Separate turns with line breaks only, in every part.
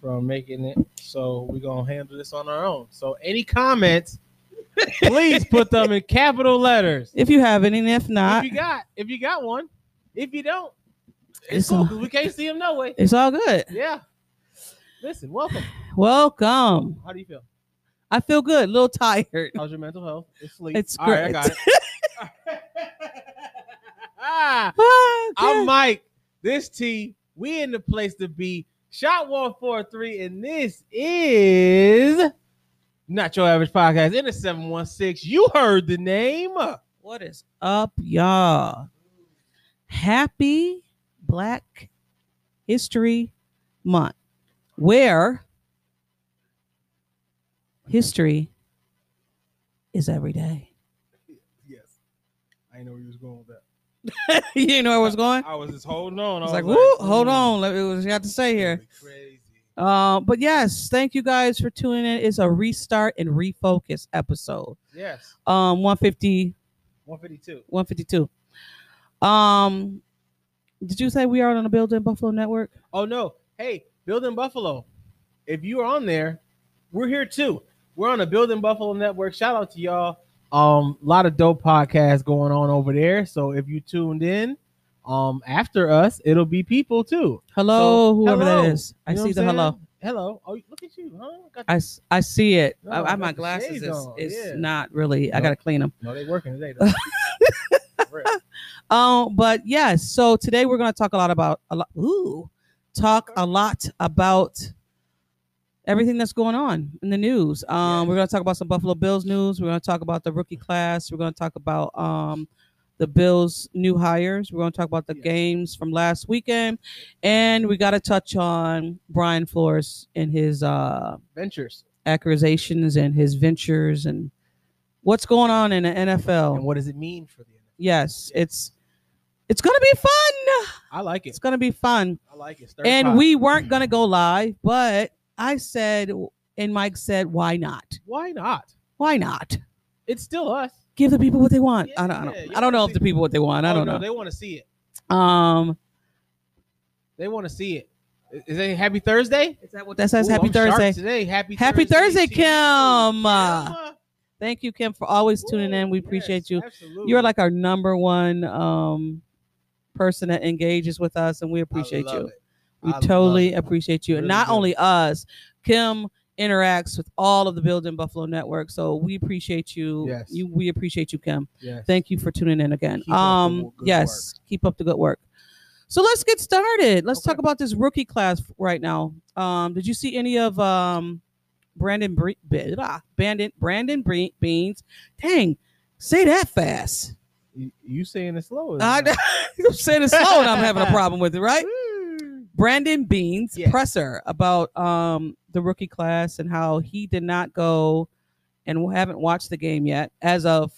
from making it. So we're gonna handle this on our own. So any comments, please put them in capital letters.
If you have any, and if not,
if you got if you got one. If you don't, it's
it's
cool
all,
'cause we can't see them no way.
it's all good.
Yeah. Listen, welcome.
Welcome.
How do you feel?
I feel good. A little tired.
How's your mental health? It's sleep.
It's
All right, I
great.
got it. Ah,
Ah,
I'm
good.
Mike. This T. We in the place to be. Shot one four three, and this is not your average podcast. In the seven one six, you heard the name.
what is up, y'all? Happy Black History Month, where history is every day.
Yes, I know where you was going with that.
you didn't know where I was going?
I was just holding on.
I was like, "Woo, hold on. Let me what you got to say here."
Crazy.
Uh, but yes, thank you guys for tuning in. It's a restart and refocus episode.
Yes,
Um, 150,
one fifty two.
152. Um, did you say we are on the Building Buffalo Network?
Oh no! Hey, Building Buffalo, if you are on there, we're here too. We're on the Building Buffalo network. Shout out to y'all. Um, a lot of dope podcasts going on over there. So if you tuned in, um, after us, it'll be people too.
Hello,
So,
whoever
hello.
that is. I
You know
see
what
the
I'm
hello.
saying? Hello. Oh, look at you, huh? Got
I, s- I see it.
Oh,
I,
I
I-
got the
my
shades
glasses is,
on,
is
yeah.
not really. I
No.
gotta clean them.
no, they working today. Though. For real.
Um, but yes, so today we're gonna talk a lot about a lot. Ooh, talk a lot about everything that's going on in the news. Um, we're gonna talk about some Buffalo Bills news. We're gonna talk about the rookie class. We're gonna talk about um the Bills' new hires. We're gonna talk about the
Yes.
games from last weekend, and we gotta touch on Brian Flores and his uh
Ventures.
accusations and his ventures and what's going on in the NFL.
And what does it mean for the NFL?
Yes, it's it's gonna be fun.
I like it.
It's gonna be fun.
I like it. Stir
And
pot.
we weren't gonna go live, but I said, and Mike said, why not?
why not?
Why not?
It's still us.
Give the people what they want. I don't, I
Yeah,
don't,
you
I don't know
wanna
if the people what they want. I
Oh,
don't
no,
know.
They want to see it.
Um,
They want to see it. Is- Is it Happy Thursday?
is that what that says?
Ooh,
Happy
I'm sharp
Thursday.
today. Happy
Happy Thursday,
to
Kim.
you.
Uh,
Kim,
Thank you, Kim, for always
uh,
tuning in. We
yes,
appreciate you.
absolutely.
You're like our number one um person that engages with us, and we
I
appreciate
love
you.
it.
We
I
totally
love it.
appreciate you. and
Really
not
do.
only us, Kim interacts with all of the Building Buffalo Network. So we appreciate you.
Yes.
You we appreciate you, Kim.
Yes.
Thank you for tuning in again.
Keep up the
um
good
yes, keep up the good work. So let's get started. Let's
Okay.
talk about this rookie class right now. Um, did you see any of um Brandon Bre- Be- ah, Brandon Brandon Bre- Beans? Dang, say that fast.
You, you saying it slow?
I, I'm saying it slow and I'm having a problem with it, right? Brandon Beans
Yes.
presser about um the rookie class and how he did not go and we haven't watched the game yet as of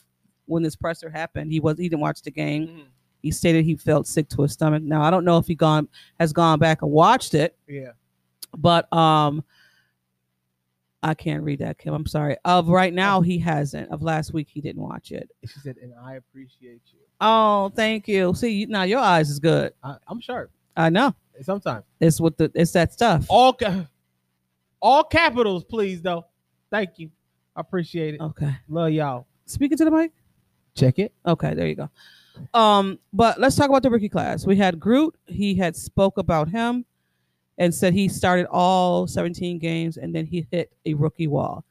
when this presser happened he was he didn't watch the
Mm-hmm.
game he stated he felt sick to his stomach now i don't know if he gone has gone back and watched it
Yeah.
but um i can't read that kim i'm sorry of right now he hasn't of last week he didn't watch it
She said, and I appreciate you.
oh thank you see you, now your eyes is good
I, I'm sharp
i know
sometimes.
it's with the it's that stuff
All ca- all capitals, please though. Thank you. I appreciate it.
okay
Love y'all.
speaking to the mic
Check it.
Okay, there you go. Um, but let's talk about the rookie class. We had Groot. He had spoke about him and said he started all 17 games and then he hit a rookie wall.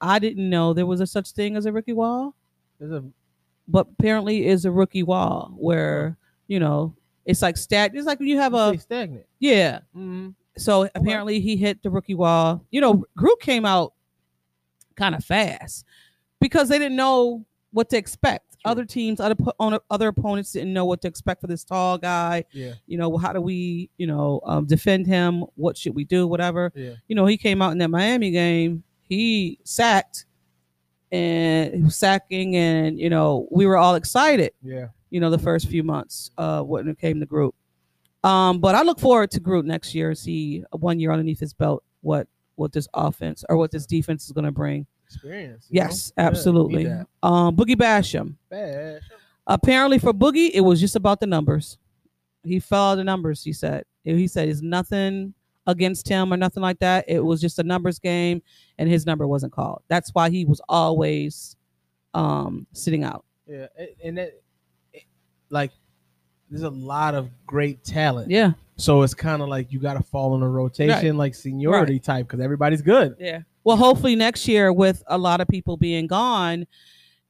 I didn't know there was a such thing as a rookie wall,
There's a
but apparently is a rookie wall where, you know, it's like stat it's like when you have
you say
a
stagnant.
yeah.
Mhm.
So apparently he hit the rookie wall. You know, Groot came out kind of fast because they didn't know what to expect other teams, other po- on- other opponents didn't know what to expect for this tall guy.
Yeah.
You know, how do we, you know, um, defend him? What should we do? Whatever.
Yeah.
You know, he came out in that Miami game. He sacked, and he was sacking, and you know, we were all excited.
Yeah.
You know, the first few months uh, when it came to Group. Um, but I look forward to Group next year. See one year underneath his belt, what what this offense or what this defense is going to bring.
Experience. you know?
Yes,
Yeah, need
absolutely.
that.
um, Boogie Basham
Bad.
apparently for Boogie, it was just about the numbers. He followed the numbers. He said he said it's nothing against him or nothing like that. It was just a numbers game, and his number wasn't called. That's why he was always um, sitting out.
Yeah. a- And that, it- like, there's a lot of great talent.
Yeah,
So it's kind of like you got to fall in a rotation, like seniority type, because everybody's good.
yeah. Well, hopefully next year with a lot of people being gone,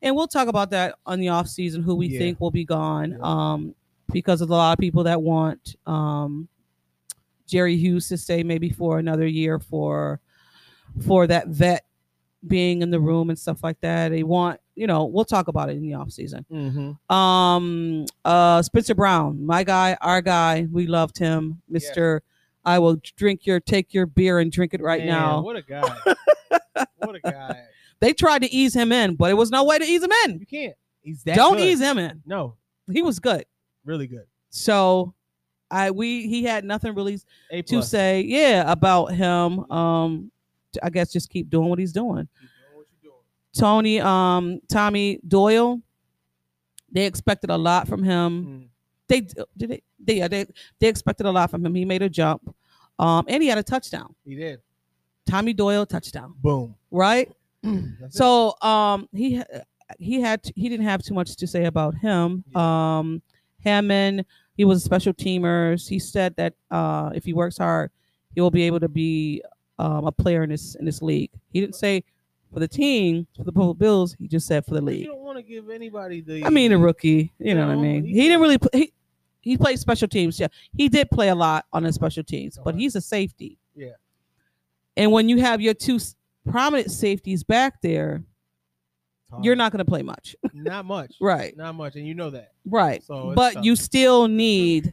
and we'll talk about that on the off season who we
Yeah.
think will be gone.
Yeah.
Um, because of a lot of people that want um, Jerry Hughes to stay maybe for another year for for that vet being in the room and stuff like that. They want, you know, we'll talk about it in the off season.
Mm-hmm.
Um, uh, Spencer Brown, my guy, our guy, we loved him,
Yeah.
Mister. I will drink your, take your beer and drink it right now.
What a guy. what a guy.
They tried to ease him in, but it was no way to ease him in.
You can't. He's that
Don't
good.
ease him in.
No,
He was good.
really good.
So I we he had nothing really
A
to
plus.
say, yeah, about him. Um t- I guess just keep doing what he's doing.
Keep doing what you're doing.
Tony, um, Tommy Doyle, they expected a lot from him.
Mm.
They d- did it, they yeah, they they expected a lot from him. He made a jump. Um, and he had a touchdown.
He did.
Tommy Doyle touchdown,
Boom.
right?
That's it.
So um he he had he didn't have too much to say about him. Um Hammond, he was a special teamers. He said that uh if he works hard, he will be able to be um, a player in this in this league. He didn't say for the team, for the Buffalo Bills, he just said for the
But you
league.
don't want to give anybody the.
I mean a rookie, you know what I
No,
mean?
he-
He didn't really pl- he he played special teams. Yeah. He did play a lot on his special teams, but
Okay.
he's a safety.
Yeah.
And when you have your two s- prominent safeties back there,
Tough.
you're not going to play much.
Not much.
Right.
Not much, and you know that.
Right.
So it's
but
tough.
you still need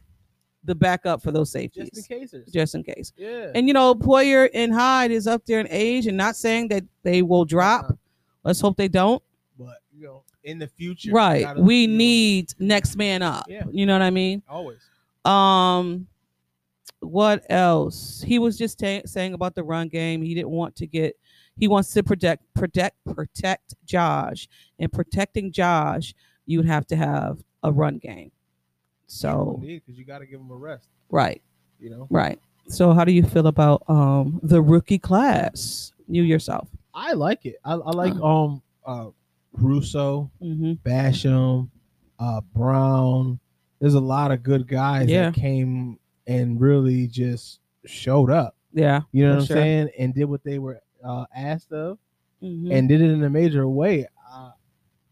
the backup for those safeties
Just in cases.
just in case.
yeah.
And you know, Poyer and Hyde is up there in age and not saying that they will drop. Let's hope they don't.
Uh-huh. but you know, in the future, you
right.
gotta-
we
you know,
need next man up.
Yeah.
You know what I mean?
always.
Um what else? He was just ta- saying about the run game. He didn't want to get he wants to protect protect protect Josh. And protecting Josh, you would have to have a run game. So,
because you got to give them a rest.
right.
You know,
Right. So how do you feel about um the rookie class? You yourself.
I like it. I, I like um uh Russo,
Mm-hmm.
Basham, uh Brown. There's a lot of good guys
Yeah.
that came and really just showed up.
Yeah.
You know
For
what I'm
sure.
saying? And did what they were uh, asked of,
Mhm.
and did it in a major way. I,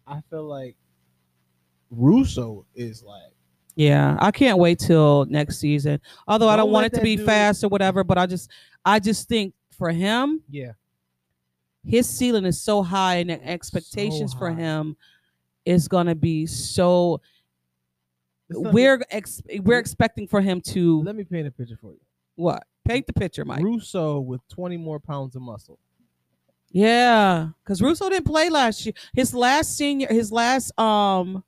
I feel like Russo is like
yeah. I can't wait till next season. Although I
Don't
don't want
let
it to
that
be
dude-
fast or whatever, but I just I just think for him,
yeah.
his ceiling is so high and the expectations for
high.
him is gonna be so
It's not-
we're ex- we're expecting for him to
Let me paint a picture for you.
what? Paint the picture, Mike.
Russo with 20 more pounds of muscle.
yeah. Cause Russo didn't play last year. His last senior his last um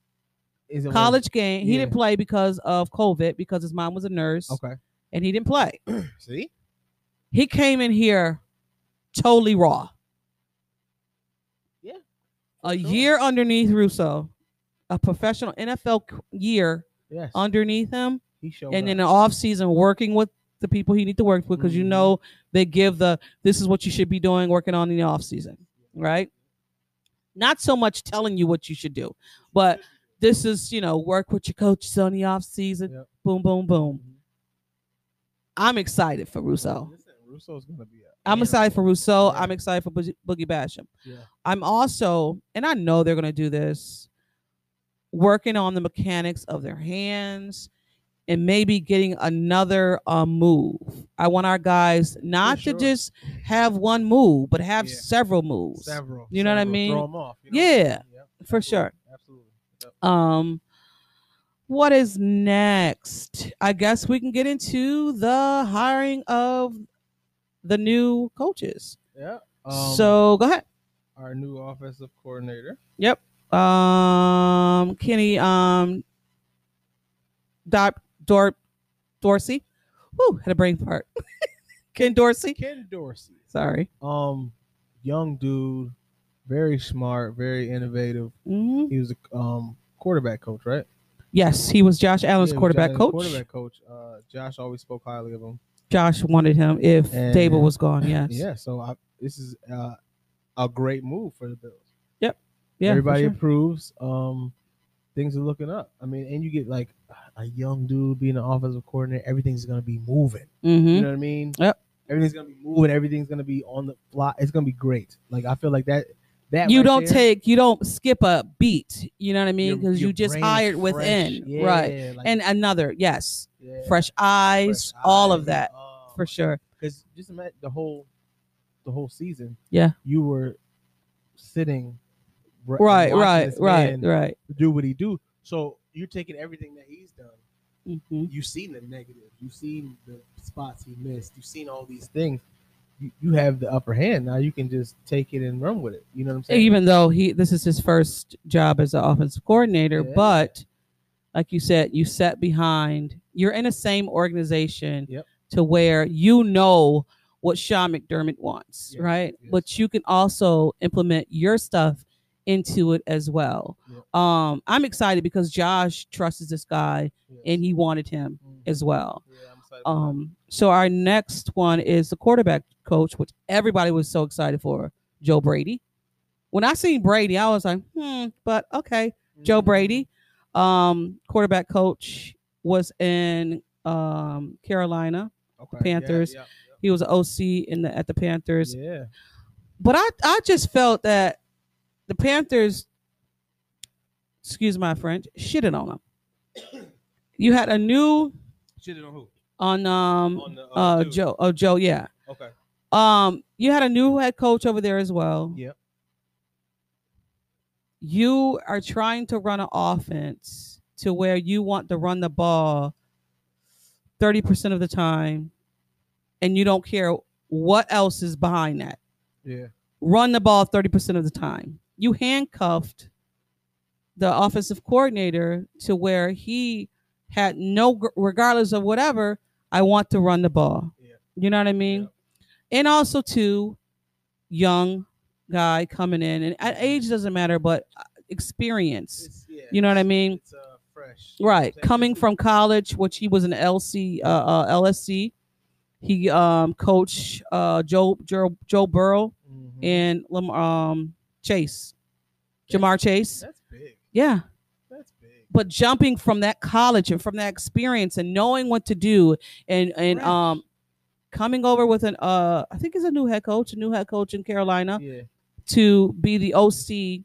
Is it one-
college game. He
Yeah.
didn't play because of COVID because his mom was a nurse
Okay.
and he didn't play.
See?
He came in here totally raw.
Yeah,
A
sure.
year underneath Russo, a professional NFL c- year
Yes.
underneath him,
he showed
and um, in
up.
the offseason working with the people he need to work with because you
Mhm.
know they give the this is what you should be doing working on in the offseason, right? Not so much telling you what you should do, but this is, you know, work with your coaches on the offseason.
Yep.
Boom, boom, boom.
Mhm.
I'm excited for Russo.
Listen, Russo's gonna be. a
I'm
animal.
excited for Rousseau.
Yeah.
I'm excited for Boogie, Boogie Basham.
Yeah.
I'm also, and I know they're going to do this, working on the mechanics of their hands and maybe getting another uh, move. I want our guys not
sure.
to just have one move, but have
Yeah.
several moves
Several.
You know what I
several.
mean?
Throw 'em off. you
Yeah,
Yep,
for
absolutely,
sure.
Absolutely.
Um, what is next? I guess we can get into the hiring of the new coaches.
Yeah. Um,
so go ahead.
our new offensive coordinator.
Um, Kenny um, Dor- Dor- Dorsey. Whew, had a brain fart. Ken Dorsey.
Ken Dorsey.
Sorry.
Um, young dude, very smart, very innovative.
Mhm.
He was a um quarterback coach, right?
Yes, he was Josh Allen's
Yeah, he was
quarterback
Josh's
coach.
Quarterback coach. Uh, Josh always spoke highly of him.
Josh wanted him if
And-
Dable was gone. Yes.
Yeah. So I, this is uh, a great move for the Bills.
Yeah, for
Everybody
sure.
approves. Um, things are looking up. I mean, and you get like a young dude being an offensive coordinator. Everything's gonna be moving.
Mhm.
You know what I mean?
Yep.
Everything's gonna be moving. Everything's gonna be on the fly. It's gonna be great. Like I feel like that. That
you
right
don't
there,
take you don't skip a beat you know what i mean
your-
because
your
you just
brain is
hired
fresh.
within
Yeah,
right
like,
and another yes
yeah,
fresh eyes
fresh
all of
eyes.
that
Oh,
for sure
Because just imagine the whole, the whole season.
Yeah.
You were sitting. r-
right
watching
right
this
right
man
right
Do what he do. So you're taking everything that he's done.
Mhm.
You've seen the negative. You've seen the spots he missed. You've seen all these things. You, you have the upper hand now. You can just take it and run with it. You know what I'm saying?
even though he this is his first job as an offensive coordinator
Yeah.
but like you said you sat behind you're in the same organization
Yep.
to where you know what Sean McDermott wants
Yes,
right
yes.
but you can also implement your stuff into it as well
Yep.
um i'm excited because josh trusts this guy
Yes.
and he wanted him
Mhm.
as well
Yeah, I'm excited. about that.
um, so our next one is the quarterback coach, which everybody was so excited for, Joe Brady. When I seen Brady, I was like, hmm, but okay, Joe
Mhm.
Brady, um, quarterback coach was in um, Carolina.
Okay,
Panthers.
Yeah,
He was an OC in the at the
yeah,
Panthers.
yeah. Yeah.
But I I just felt that the Panthers, excuse my French, shitted on him. You had a new
Shitted on who?
on um
On the, uh,
uh
dude.
Joe oh Joe yeah
Okay.
Um, you had a new head coach over there as well.
Yep.
You are trying to run an offense to where you want to run the ball 30% of the time and you don't care what else is behind that.
Yeah.
Run the ball 30% of the time. You handcuffed the offensive coordinator to where he had no regardless of whatever, I want to run the ball.
Yeah.
You know what I mean?
Yep.
and also too young guy coming in and at age doesn't matter but uh, experience
It's- yeah,
You know what I
it's-
mean?
It's uh, fresh.
right
It's-
coming
it's-
from college which he was an lc uh, uh lsc he um coached uh joe joe, joe burrow
Mhm.
and Lam- um chase jamar chase
That's big.
yeah
That's big.
but jumping from that college and from that experience and knowing what to do and and
Fresh.
um coming over with an uh i think it's a new head coach a new head coach in carolina
Yeah.
to be the OC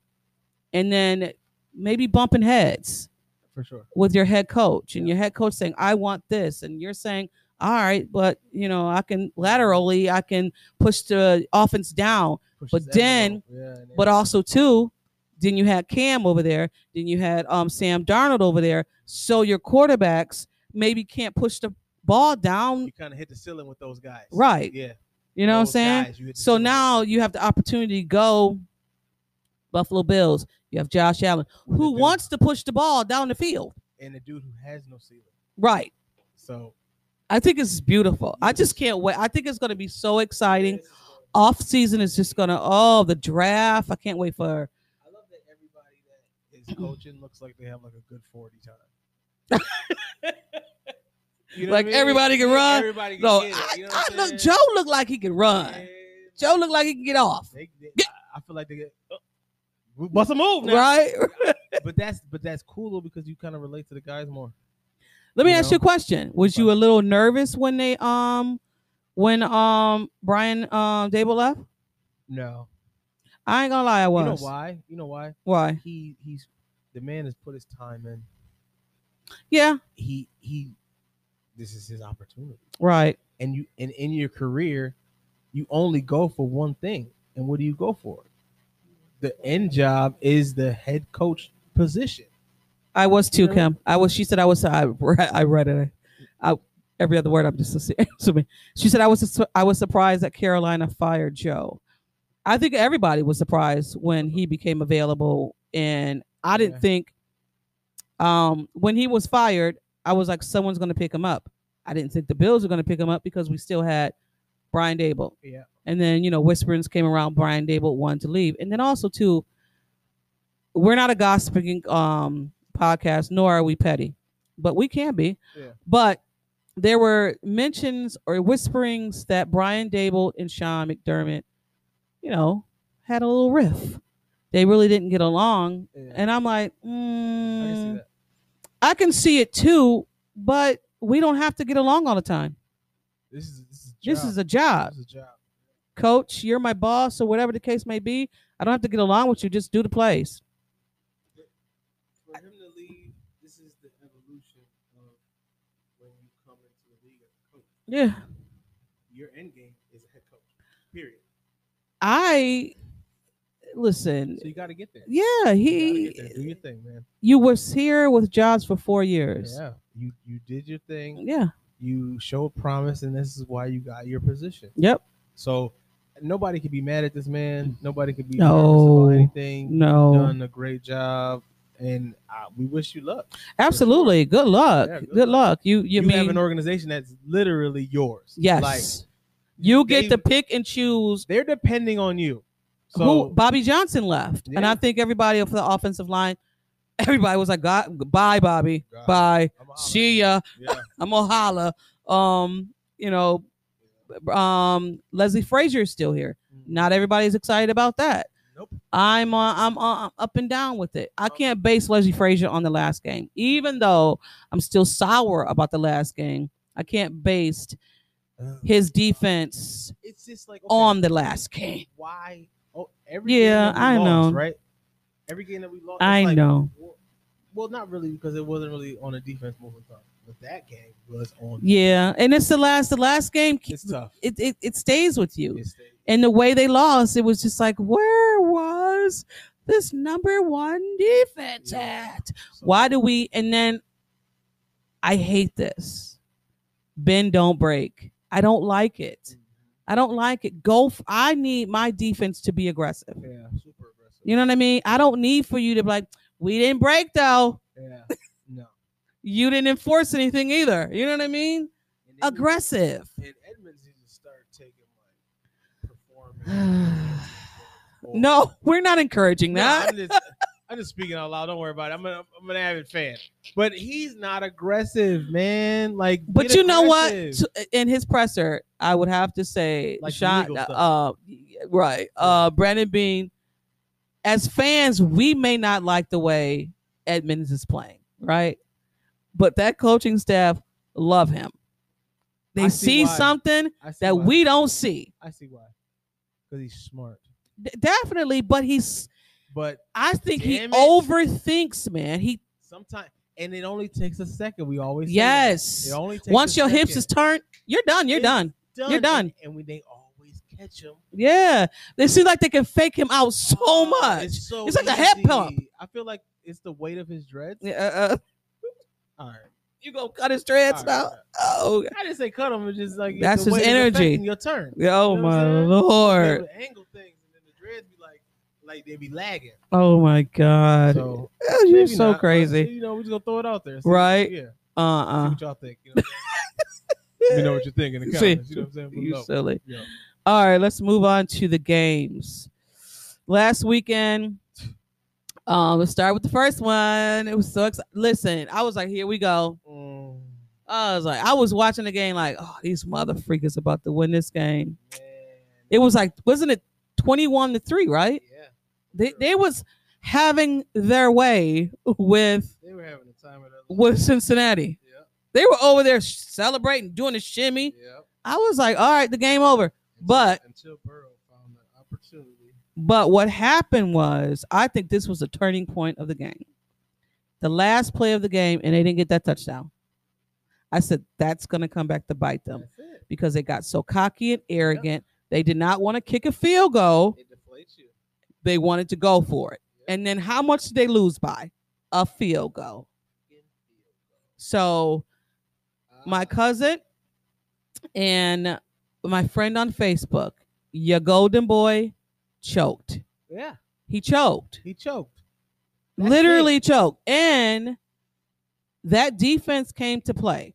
and then maybe bumping heads
For sure.
with your head coach and your head coach saying, I want this. And you're saying, all right, but you know, I can laterally, I can push the offense down,
Pushes
But then-
envelope. Yeah, and
but
then-
also too, then you had Cam over there, then you had um Sam Darnold over there. So your quarterbacks maybe can't push the ball down,
you kind of hit the ceiling with those guys.
Right.
Yeah.
you know what
Those
I'm saying?
guys, you hit the
So
ceiling.
now you have the opportunity to go Buffalo Bills. You have Josh Allen,
With the
who
dude-
wants to push the ball down the field.
And the dude who has no ceiling.
Right.
So.
I think it's beautiful. I just can't wait. I think it's going to be so exciting.
Yes.
Off season is just going to, oh, the draft. I can't wait for.
I love that everybody that is coaching looks like they have like a good 40 time. You know what
Like,
I mean?
everybody can run.
Everybody can
No,
get it,
I,
you know
I
what I'm
look,
saying?
Joe looked like he could run.
And-
Joe looked like he can get off.
They, they, I- I feel like they get uh, bust a move now.
Right?
But that's but that's cool though because you kind of relate to the guys more.
Let me
You
ask
know?
you a question. Was you a little nervous when they, um, when, um, Brian, um, Dable left?
No,
I ain't gonna lie, I
you
was.
know why? You know why?
Why?
He he's the man has put his time in.
Yeah.
He he, this is his opportunity.
Right.
And you and in your career, you only go for one thing. And what do you go for? The end job is the head coach position.
I was too,
Mhm.
Kim. I was. She said I was. I, re- I read it. I, every other word. I'm just assu- assuming. She said I was. su- I was surprised that Carolina fired Joe. I think everybody was surprised when he became available, and I didn't
Yeah.
think. Um, when he was fired, I was like, someone's going to pick him up. I didn't think the Bills were going to pick him up because we still had Brian Dable.
Yeah.
And then you know, whisperings came around Brian Dable wanted to leave, and then also too, we're not a gossiping um podcast, nor are we petty, but we can be.
Yeah.
But there were mentions or whisperings that Brian Dable and Sean McDermott, you know, had a little riff. They really didn't get along,
Yeah.
and I'm like,
I can
mm,
see that.
I can see it too, but we don't have to get along all the time.
This is this is
This is a job.
This is a job.
Coach, you're my boss, or whatever the case may be. I don't have to get along with you. Just do the plays.
for him to leave, this is the evolution of when you come into the league as a coach.
Yeah.
Your end game is a head coach. Period.
I listen.
So you got to get there.
Yeah,
You gotta get there. Do
he.
your thing, man.
You was here with Jobs for four years.
Yeah, you you did your thing.
Yeah.
You showed promise, and this is why you got your position.
Yep.
So nobody could be mad at this man. Nobody could be
No.
nervous about anything.
No.
You've done a great job, and uh, we wish you luck.
Absolutely. Good luck.
Yeah,
good
good
luck.
luck.
You.
You,
You, mean
have an organization that's literally yours.
yes?
like
you get
they-
to pick and choose
they're depending on you. So
who Bobby Johnson left, and I
Yeah.
think everybody for the offensive line, everybody was like, "God, bye, Bobby,
God,
bye,
I'm a holler.
see ya,
Yeah.
I'm gonna holla." Um, you know, um, Leslie Frazier is still here. Not everybody's excited about that.
Mm. Nope.
I'm uh, I'm uh, I'm up and down with it. I can't base Leslie Frazier on the last game, even though I'm still sour about the last game. I can't base his defense
It's just like okay,
on the last game.
why? Oh, every
Yeah,
game that we
I
lost,
know.
right? Every game that we lost,
I
it's like,
know.
Well, well, not really because it wasn't really on a defense moving time, but that game was on.
Yeah, and it's the last the last game.
It's tough.
It it, it stays with you.
It's tough.
and the way they lost, it was just like, where was this number one defense
Yeah.
at?
So-
Why do we? And then I hate this. Ben, don't break. I don't like it. I don't like it. Go. F- I need my defense to be aggressive.
Yeah, super aggressive.
You know what I mean? I don't need for you to be like, we didn't break though.
Yeah, no.
You didn't enforce anything either. You know what I mean?
And then
Aggressive.
you- And Edmonds needs to start taking like performance.
No, we're not encouraging
No,
that.
I'm just, I'm just speaking out loud. Don't worry about it. I'm an, I'm an avid fan, but he's not aggressive, man. Like,
But
get
you know what?
aggressive.
T- In his presser, I would have to say,
Like the
Sean,
legal stuff.
uh, right, uh, Brandon Bean. As fans, we may not like the way Edmonds is playing, right? But that coaching staff love him. They
I
see,
see why.
something
I see
that
why.
we don't see,
I see why, because he's smart.
D- definitely. But he's,
But
I think he
Damn it.
overthinks, man. He
sometimes, and it only takes a second. We always say that.
yes.
It only takes a
Once your hips
second.
is turned, you're done. You're
It's
done. you're done.
and, and we they always catch him
Yeah, they seem like they can fake him out so
Oh,
much.
It's, so
It's like a head
easy.
pump.
I feel like it's the weight of his dreads.
Yeah, uh, uh,
All right.
you gonna cut his dreads
All right,
out?
all right.
Oh,
I didn't say cut him. It's just like
That's
the
his
weight is
energy.
affecting Your turn.
oh
You know what
my
I'm saying?
lord!
They would angle things, and then the dreads be like, like they be lagging.
Oh my god!
So
Oh, you're
maybe
so
not, but,
crazy.
You know, we just gonna throw it out there.
Right.
Yeah.
Uh
See
uh
what y'all think. You know, what I'm saying? Let me know what you think in the
See.
comments. you know what I'm saying? Put it
You
up.
silly.
Yeah.
All right, let's move on to the games. Last weekend, um, let's start with the first one. It was so exciting. Listen, I was like, here we go.
Mm,
I was like, I was watching the game, like, oh, these mother freakers about to win this game.
man.
It was like, wasn't it twenty-one to three, right?
Yeah.
They they was having their way with
They were having the time of their life.
with Cincinnati.
Yeah.
They were over there celebrating, doing a shimmy.
Yeah.
I was like, all right, the game over. But-
until Burrow found the opportunity.
But what happened was, I think this was the turning point of the game. The last play of the game, and they didn't get that touchdown. I said, that's going to come back to bite them
That's it.
because they got so cocky and arrogant. They did not want to kick a field goal.
It deflates you.
They wanted to go for it. And then how much did they lose by? a field goal. So
Uh.
my cousin and my friend on Facebook, your golden boy choked.
Yeah,
He choked.
he choked. That's
Literally choked. And that defense came to play.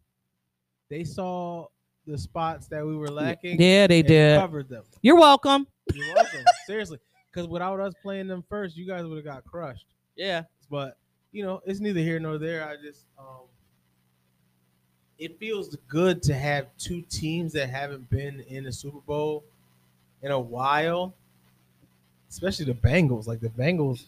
They saw the spots that we were lacking.
Yeah, they
and
did.
covered them.
You're welcome.
You're welcome. Seriously, because without us playing them first, you guys would have got crushed.
Yeah.
But you know, it's neither here nor there. I just um it feels good to have two teams that haven't been in the Super Bowl in a while. Especially the Bengals. Like the Bengals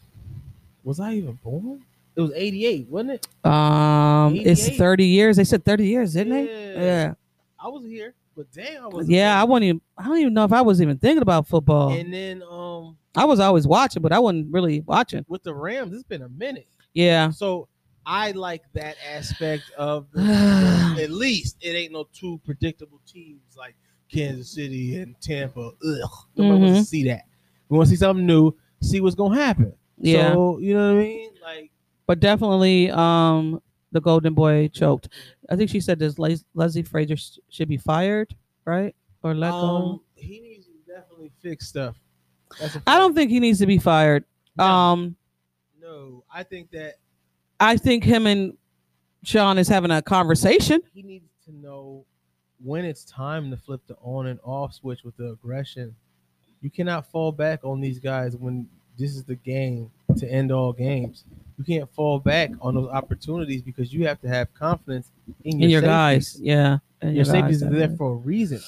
was I even born? It was 88, wasn't it?
Um, it's
88.
30 years. They said 30 years, didn't
Yeah.
they? Yeah.
I was here, but damn, I was
Yeah, I wasn't even I don't even know if I was even thinking about football.
And then um
I was always watching, but I wasn't really watching.
with the Rams, it's been a minute.
Yeah.
So I like that aspect of
yeah.
at least it ain't no two predictable teams like Kansas City and Tampa. Ugh, nobody
Mm-hmm.
wants to see that. We want to see something new. See what's gonna happen. So you know what I mean? Like
But definitely um the golden boy choked. I think she said this Les- Leslie Frazier sh- should be fired, right? Or let go.
um, he needs to definitely fix stuff. That's a
I don't think he needs to be fired.
No.
Um
No, I think that
I think him and Sean is having a conversation.
he needs to know when it's time to flip the on and off switch with the aggression. You cannot fall back on these guys when this is the game to end all games. You can't fall back on those opportunities because you have to have confidence in your,
in your
safeties.
guys. Yeah. And
Your safeties
guys,
are there
definitely.
for a reason.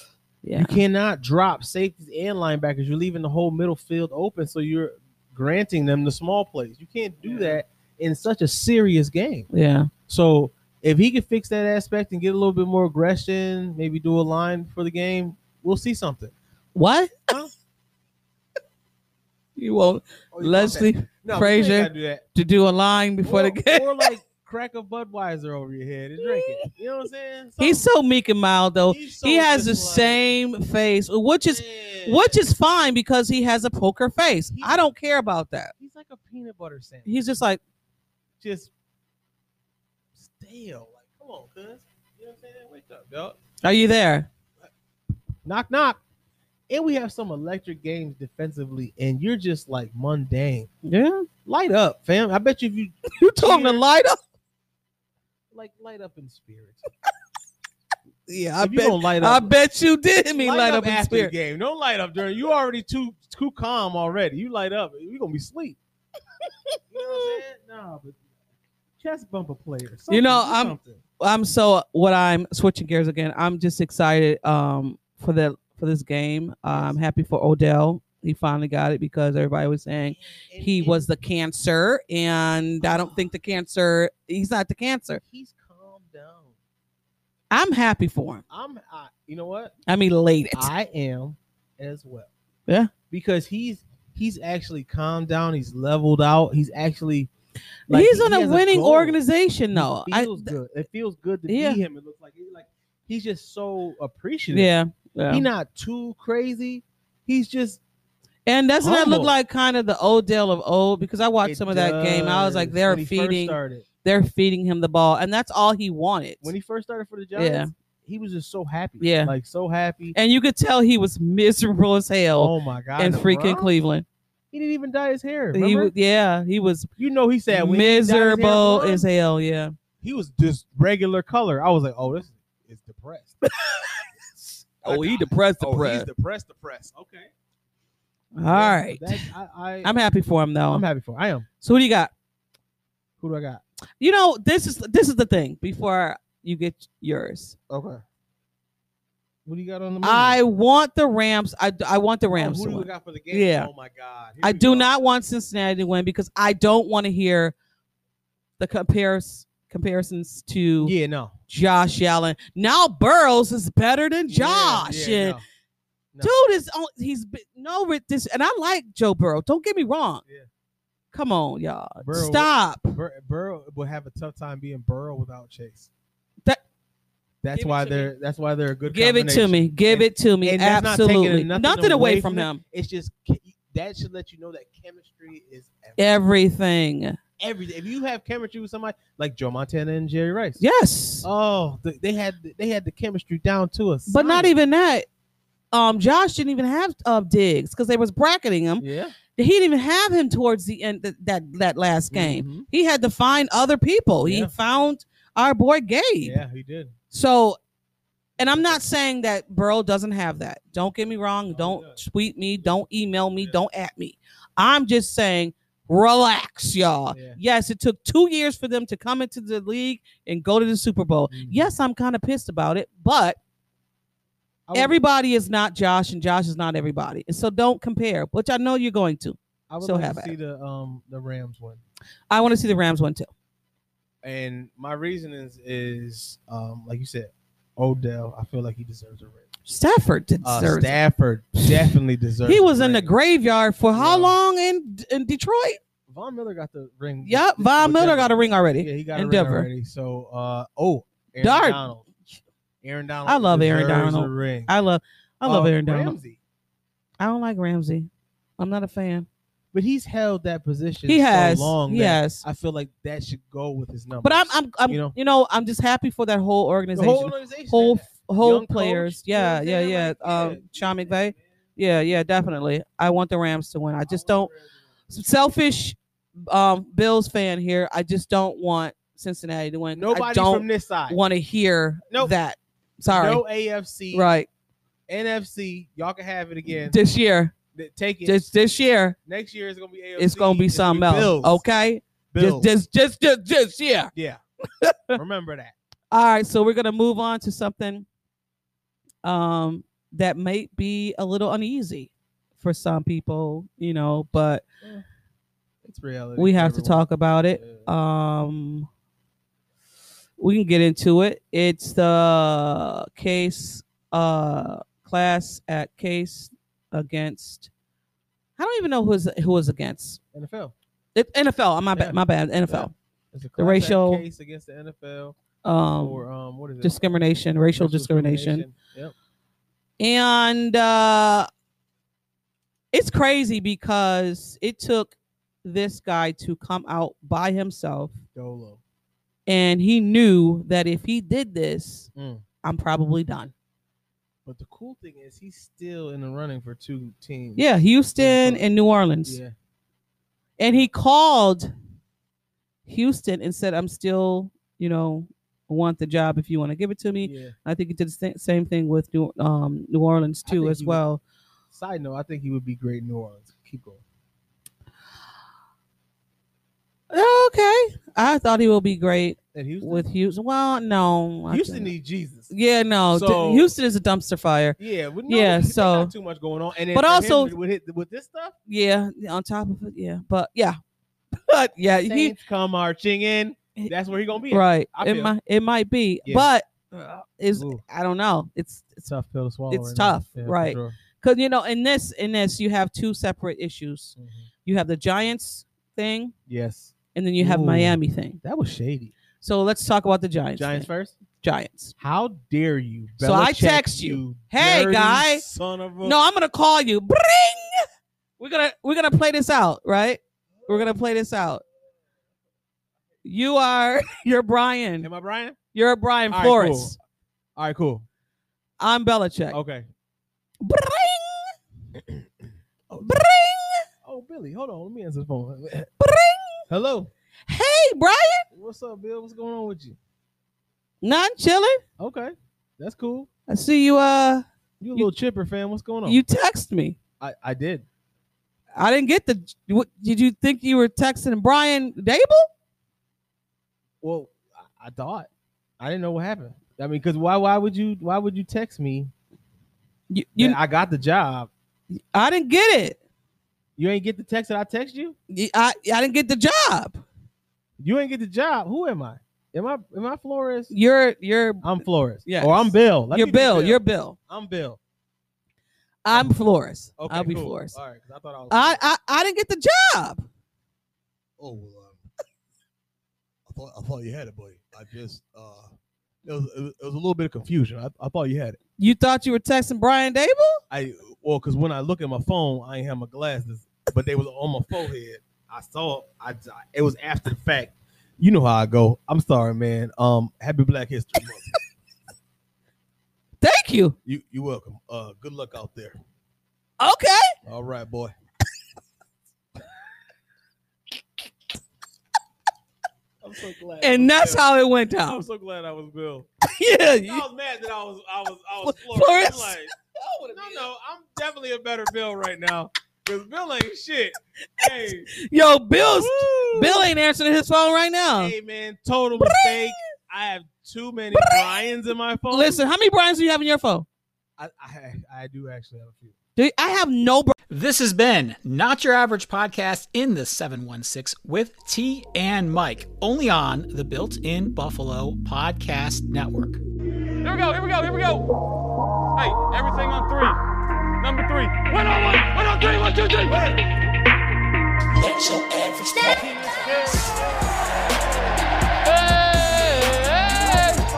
yeah.
You cannot drop safeties and linebackers. You're leaving the whole middle field open, so you're granting them the small plays. You can't do that in such a serious game.
Yeah.
So if he could fix that aspect and get a little bit more aggression, maybe do a line for the game, we'll see something.
What?
Huh? Oh,
you want Leslie Frazier to do a line before
or,
the game?
or like crack a Budweiser over your head and drink it. You know what I'm saying?
He's so meek and mild though.
Something. He's so
He has
just
the
like,
same face, which is
man.
which is fine because he has a poker face. I don't care about that.
He's like a peanut butter sandwich.
He's just like,
just stale. Like, come on, cuz. You know what I'm saying? Wake up, dog.
"Are you there?"
Knock, knock. And we have some electric games defensively, and you're just like mundane.
Yeah,
light up, fam. I bet you if you
you told him to light up.
like light up in spirit.
Yeah, I
if you
bet.
gonna light
I
up.
bet you did mean light, up, in
after
spirit.
the game. Don't light up during. You already too too calm already. You light up. You gonna be asleep. you know what I'm saying? Nah, but chest bumper player.
You know,
Something, do
I'm-
something.
I'm so what I'm switching gears again. I'm just excited um for the for this game. I'm happy for Odell. He finally got it because everybody was saying
And-
he
and
was the cancer, and I don't think the cancer. He's not the cancer.
He's calmed down.
I'm happy for him.
I'm. I, you know what?
I'm elated.
I am as well.
Yeah.
Because he's he's actually calmed down. He's leveled out. He's actually.
he's on
he
a
has
winning
goal.
organization, though.
It
I,
feels good. It feels good to
Yeah.
be him. It looks like he's like he's just so appreciative.
yeah, yeah.
He's not too crazy. He's just
and doesn't that look
humble.
like kind of the Odell of old? Because I watched
it
some of that game. I was like,
does.
they're
When he first
feeding,
started,
they're feeding him the ball, and that's all he wanted.
when he first started for the Giants. He was just so happy.
Yeah.
Like so happy.
and you could tell he was miserable as hell
oh my god.
in
the
freaking
Browns?
Cleveland.
He didn't even dye his hair.
He,
remember?
wa- yeah, he was
you know he said when he dyed his hair
miserable
blonde,
as hell. Yeah,
he was just regular color. I was like, oh, this is depressed.
oh, he depressed,
oh, he's
depressed.
depressed, depressed. Okay.
all right,
I,
I'm happy for him though.
am happy for. Him. I am.
so who do you got?
Who do I got?
You know, this is this is the thing. Before you get yours,
Okay. What do you got on the?
I want the Rams. I, I want the
Mm. Oh,
Rams
who
to
do we
win.
got for the game?
Yeah.
Oh my god. Here
I
we
do
go.
not want Cincinnati to win because I don't want to hear the compares comparisons to
Yeah, no.
Josh Allen. Now Burrows is better than Josh.
Yeah,
and
no. no.
Dude is on, he's been, no with this, and I like Joe Burrow. Don't get me wrong.
Yeah.
Come on, y'all.
Burrow-
Stop.
Bur- Burrow will have a tough time being Burrow without Chase.
That-
that's
Give it
why
to
they're that's why they're a good.
Give it to
combination.
me. Give
And-
it to me.
and that's not taking
Absolutely.
nothing
Nothing,
away
away
from
from
it.
him.
It's just ke- that should let you know that chemistry is everything.
Everything.
everything. If you have chemistry with somebody like Joe Montana and Jerry Rice,
Yes.
Oh, th- they had they had the chemistry down to us,
But not even that. Um, Josh didn't even have uh, Diggs because they was bracketing him.
Yeah,
He didn't even have him towards the end th- that that last game.
Mhm.
He had to find other people. He
Yeah.
found our boy Gabe.
Yeah, he did.
So, and I'm not saying that Burrow doesn't have that. Don't get me wrong.
No, he
don't
does.
tweet me. Don't email me.
Oh, Yeah.
Don't at me. I'm just saying, relax, y'all.
Yeah.
Yes, it took two years for them to come into the league and go to the Super Bowl.
Mhm.
Yes, I'm kind of pissed about it, but
I would-
everybody is not Josh, and Josh is not everybody. And so don't compare, which I know you're going to.
I would
still
like
have
to
it.
see the um the Rams one,
I want to see the Rams one too.
and my reason is is um like you said, Odell. I feel like he deserves a ring.
Stafford did
Uh,
deserve it.
Stafford definitely deserves.
He
a
was in the
ring.
graveyard for how
Yeah.
long in in Detroit?
Von Miller got the ring.
Yep,
with-
Von
with
Miller
Denver.
got a ring already.
Yeah, he got a
in
ring
Denver.
already. So, uh, oh, Aaron
Dart.
Donald. Aaron Donald.
I love Aaron
deserves a
Donald.
ring.
I love I love
Uh,
Aaron Donald.
Ramsey,
I don't like Ramsey. I'm not a fan.
but he's held that position.
He has.
so long. that
yes.
I feel like that should go with his number.
But I'm I'm, I'm
you
you,
know?
know, I'm just happy for that whole
the
organization.
whole
Whole
organization,
whole,
had that. Young coach,
players.
you know what
yeah,
I'm
yeah,
saying?
yeah,
Like,
Um Sean
yeah,
McVay.
man.
Yeah, yeah, definitely. I want the Rams to win. I just
I
don't
want Rams to
selfish um Bills fan here. I just don't want Cincinnati to win.
win. Nobody
I don't
from this side.
want to hear
Nope.
that. Sorry.
No AFC,
Right.
NFC. Y'all can have it again.
This year.
Th- Take it.
This this year
Next year is gonna be AFC.
it's going to be
It's
something else.
Bills.
Okay?
Bills.
Just just just just just yeah.
yeah. Remember that.
All right, so we're gonna move on to something um that might be a little uneasy for some people, you know, but
It's reality.
we
for
have to
everyone.
talk about it. Um we can get into it. It's the case uh class at case against I don't even know who's who is against.
Yeah. NFL.
It, NFL, my
Yeah.
bad, my bad, NFL.
It's a class act
racial-
case against the NFL
Um
or um what is it?
discrimination, racial, discrimination.
Yep.
and uh it's crazy because it took this guy to come out by himself
Dolo.
and he knew that if he did this
Mm.
i'm probably done
But the cool thing is he's still in the running for two teams.
yeah houston and new orleans
Yeah.
and he called houston and said i'm still you know want the job if you want to give it to me
yeah.
i think he did the sa- same thing with new, um, new orleans
I
too
think
as
he-
well
Side note, I think he would be great in New Orleans. Keep going.
Oh, okay i thought he would be great
And Houston.
with houston well no I
Houston
think-
needs Jesus.
Yeah, no. th-
So-
Houston is a dumpster fire.
Yeah, with
Yeah,
they got
so-
too much going on, and then
But
for
also-
him, with, his- with this stuff,
Yeah, on top of it, yeah. But yeah, but yeah, he
Saints come marching in. That's where he gonna be. at.
right.
I
It
feel.
might it might be,
Yeah.
but is
Ooh.
I don't know. It's
It's tough pill to swallow.
It's
right now.
tough,
for
right.
sure.
because you know in this in this you have two separate issues.
Mhm.
You have the Giants thing,
Yes,
and then you have
Ooh.
Miami thing.
that was shady.
So let's talk about the Giants.
Giants
thing.
first.
Giants.
How dare you?
So I
Belichick,
text you, "Hey,
dirty
guy."
son of a.
No, I'm gonna call you. Bring. We're gonna we're gonna play this out, right? We're gonna play this out. You are you're Brian.
am I Brian?
You're Brian
All right,
Flores.
cool. Oh. All right, cool.
I'm Belichick.
Okay.
Bring,
Oh,
bring.
oh, Billy, hold on. Let me answer the phone. Hello.
Hey, Brian.
What's up, Bill? What's going on with you?
Not chilling.
Okay, that's cool.
I see you. Uh,
You a
You-
little chipper, fam. What's going on?
you text me.
I, I did.
I didn't get the. What, did you think you were texting Brian Dable?
Well, I, I thought. I didn't know what happened. I mean, because why? Why would you? Why would you text me?
You,
You,
you
I got the job.
I didn't get it.
You ain't get the text that I text you.
You- I, I didn't get the job.
You ain't get the job. Who am I? Am I? Am I Flores?
You're you're
I'm Flores.
Yes.
Or I'm Bill. Let
you're
me be
Bill. You're Bill.
I'm Bill.
I'm Flores.
Okay,
I'll be
cool.
Flores.
All right, 'cause I thought I was.
I, I I didn't get the job.
Oh, well, um, I thought I thought you had it, buddy. I just uh, it was it was it was a little bit of confusion. I, I thought you had it.
You thought you were texting Brian Dable?
I well, cause when I look at my phone, I ain't have my glasses, but they was on my forehead, I saw it. I, I- it was after the fact. You know how I go. I'm sorry, man. Um, happy Black History Month.
Thank you.
you you're welcome. Uh, good luck out there.
Okay.
All right, boy.
I'm so glad.
And that's how it went
I'm
down.
so glad I was Bill.
yeah.
I
you-
was mad that I was I was I was
Fl-
Florida.
Flores.
Like, no, no, I'm definitely a better Bill right now because Bill ain't shit. Hey,
Yo, Bill's
woo.
Bill ain't answering his phone right now.
Hey man, total mistake. I have too many Brian's in my phone.
Listen, how many Brian's do you have in your phone?
I I, I do actually have a few.
Do you- I have no. Bri-
This has been Not Your Average Podcast in the 716 with T and Mike, only on the Built in Buffalo Podcast Network.
Here we go, here we go, here we go. Hey, everything on three. Number three. One on one, one on three, one, two, three. Hey, hey.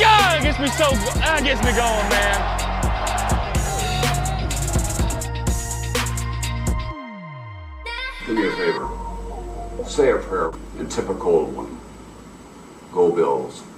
God, it gets me so, that gets me going, man.
Do me a favor. Say a prayer, the typical one. Go Bills.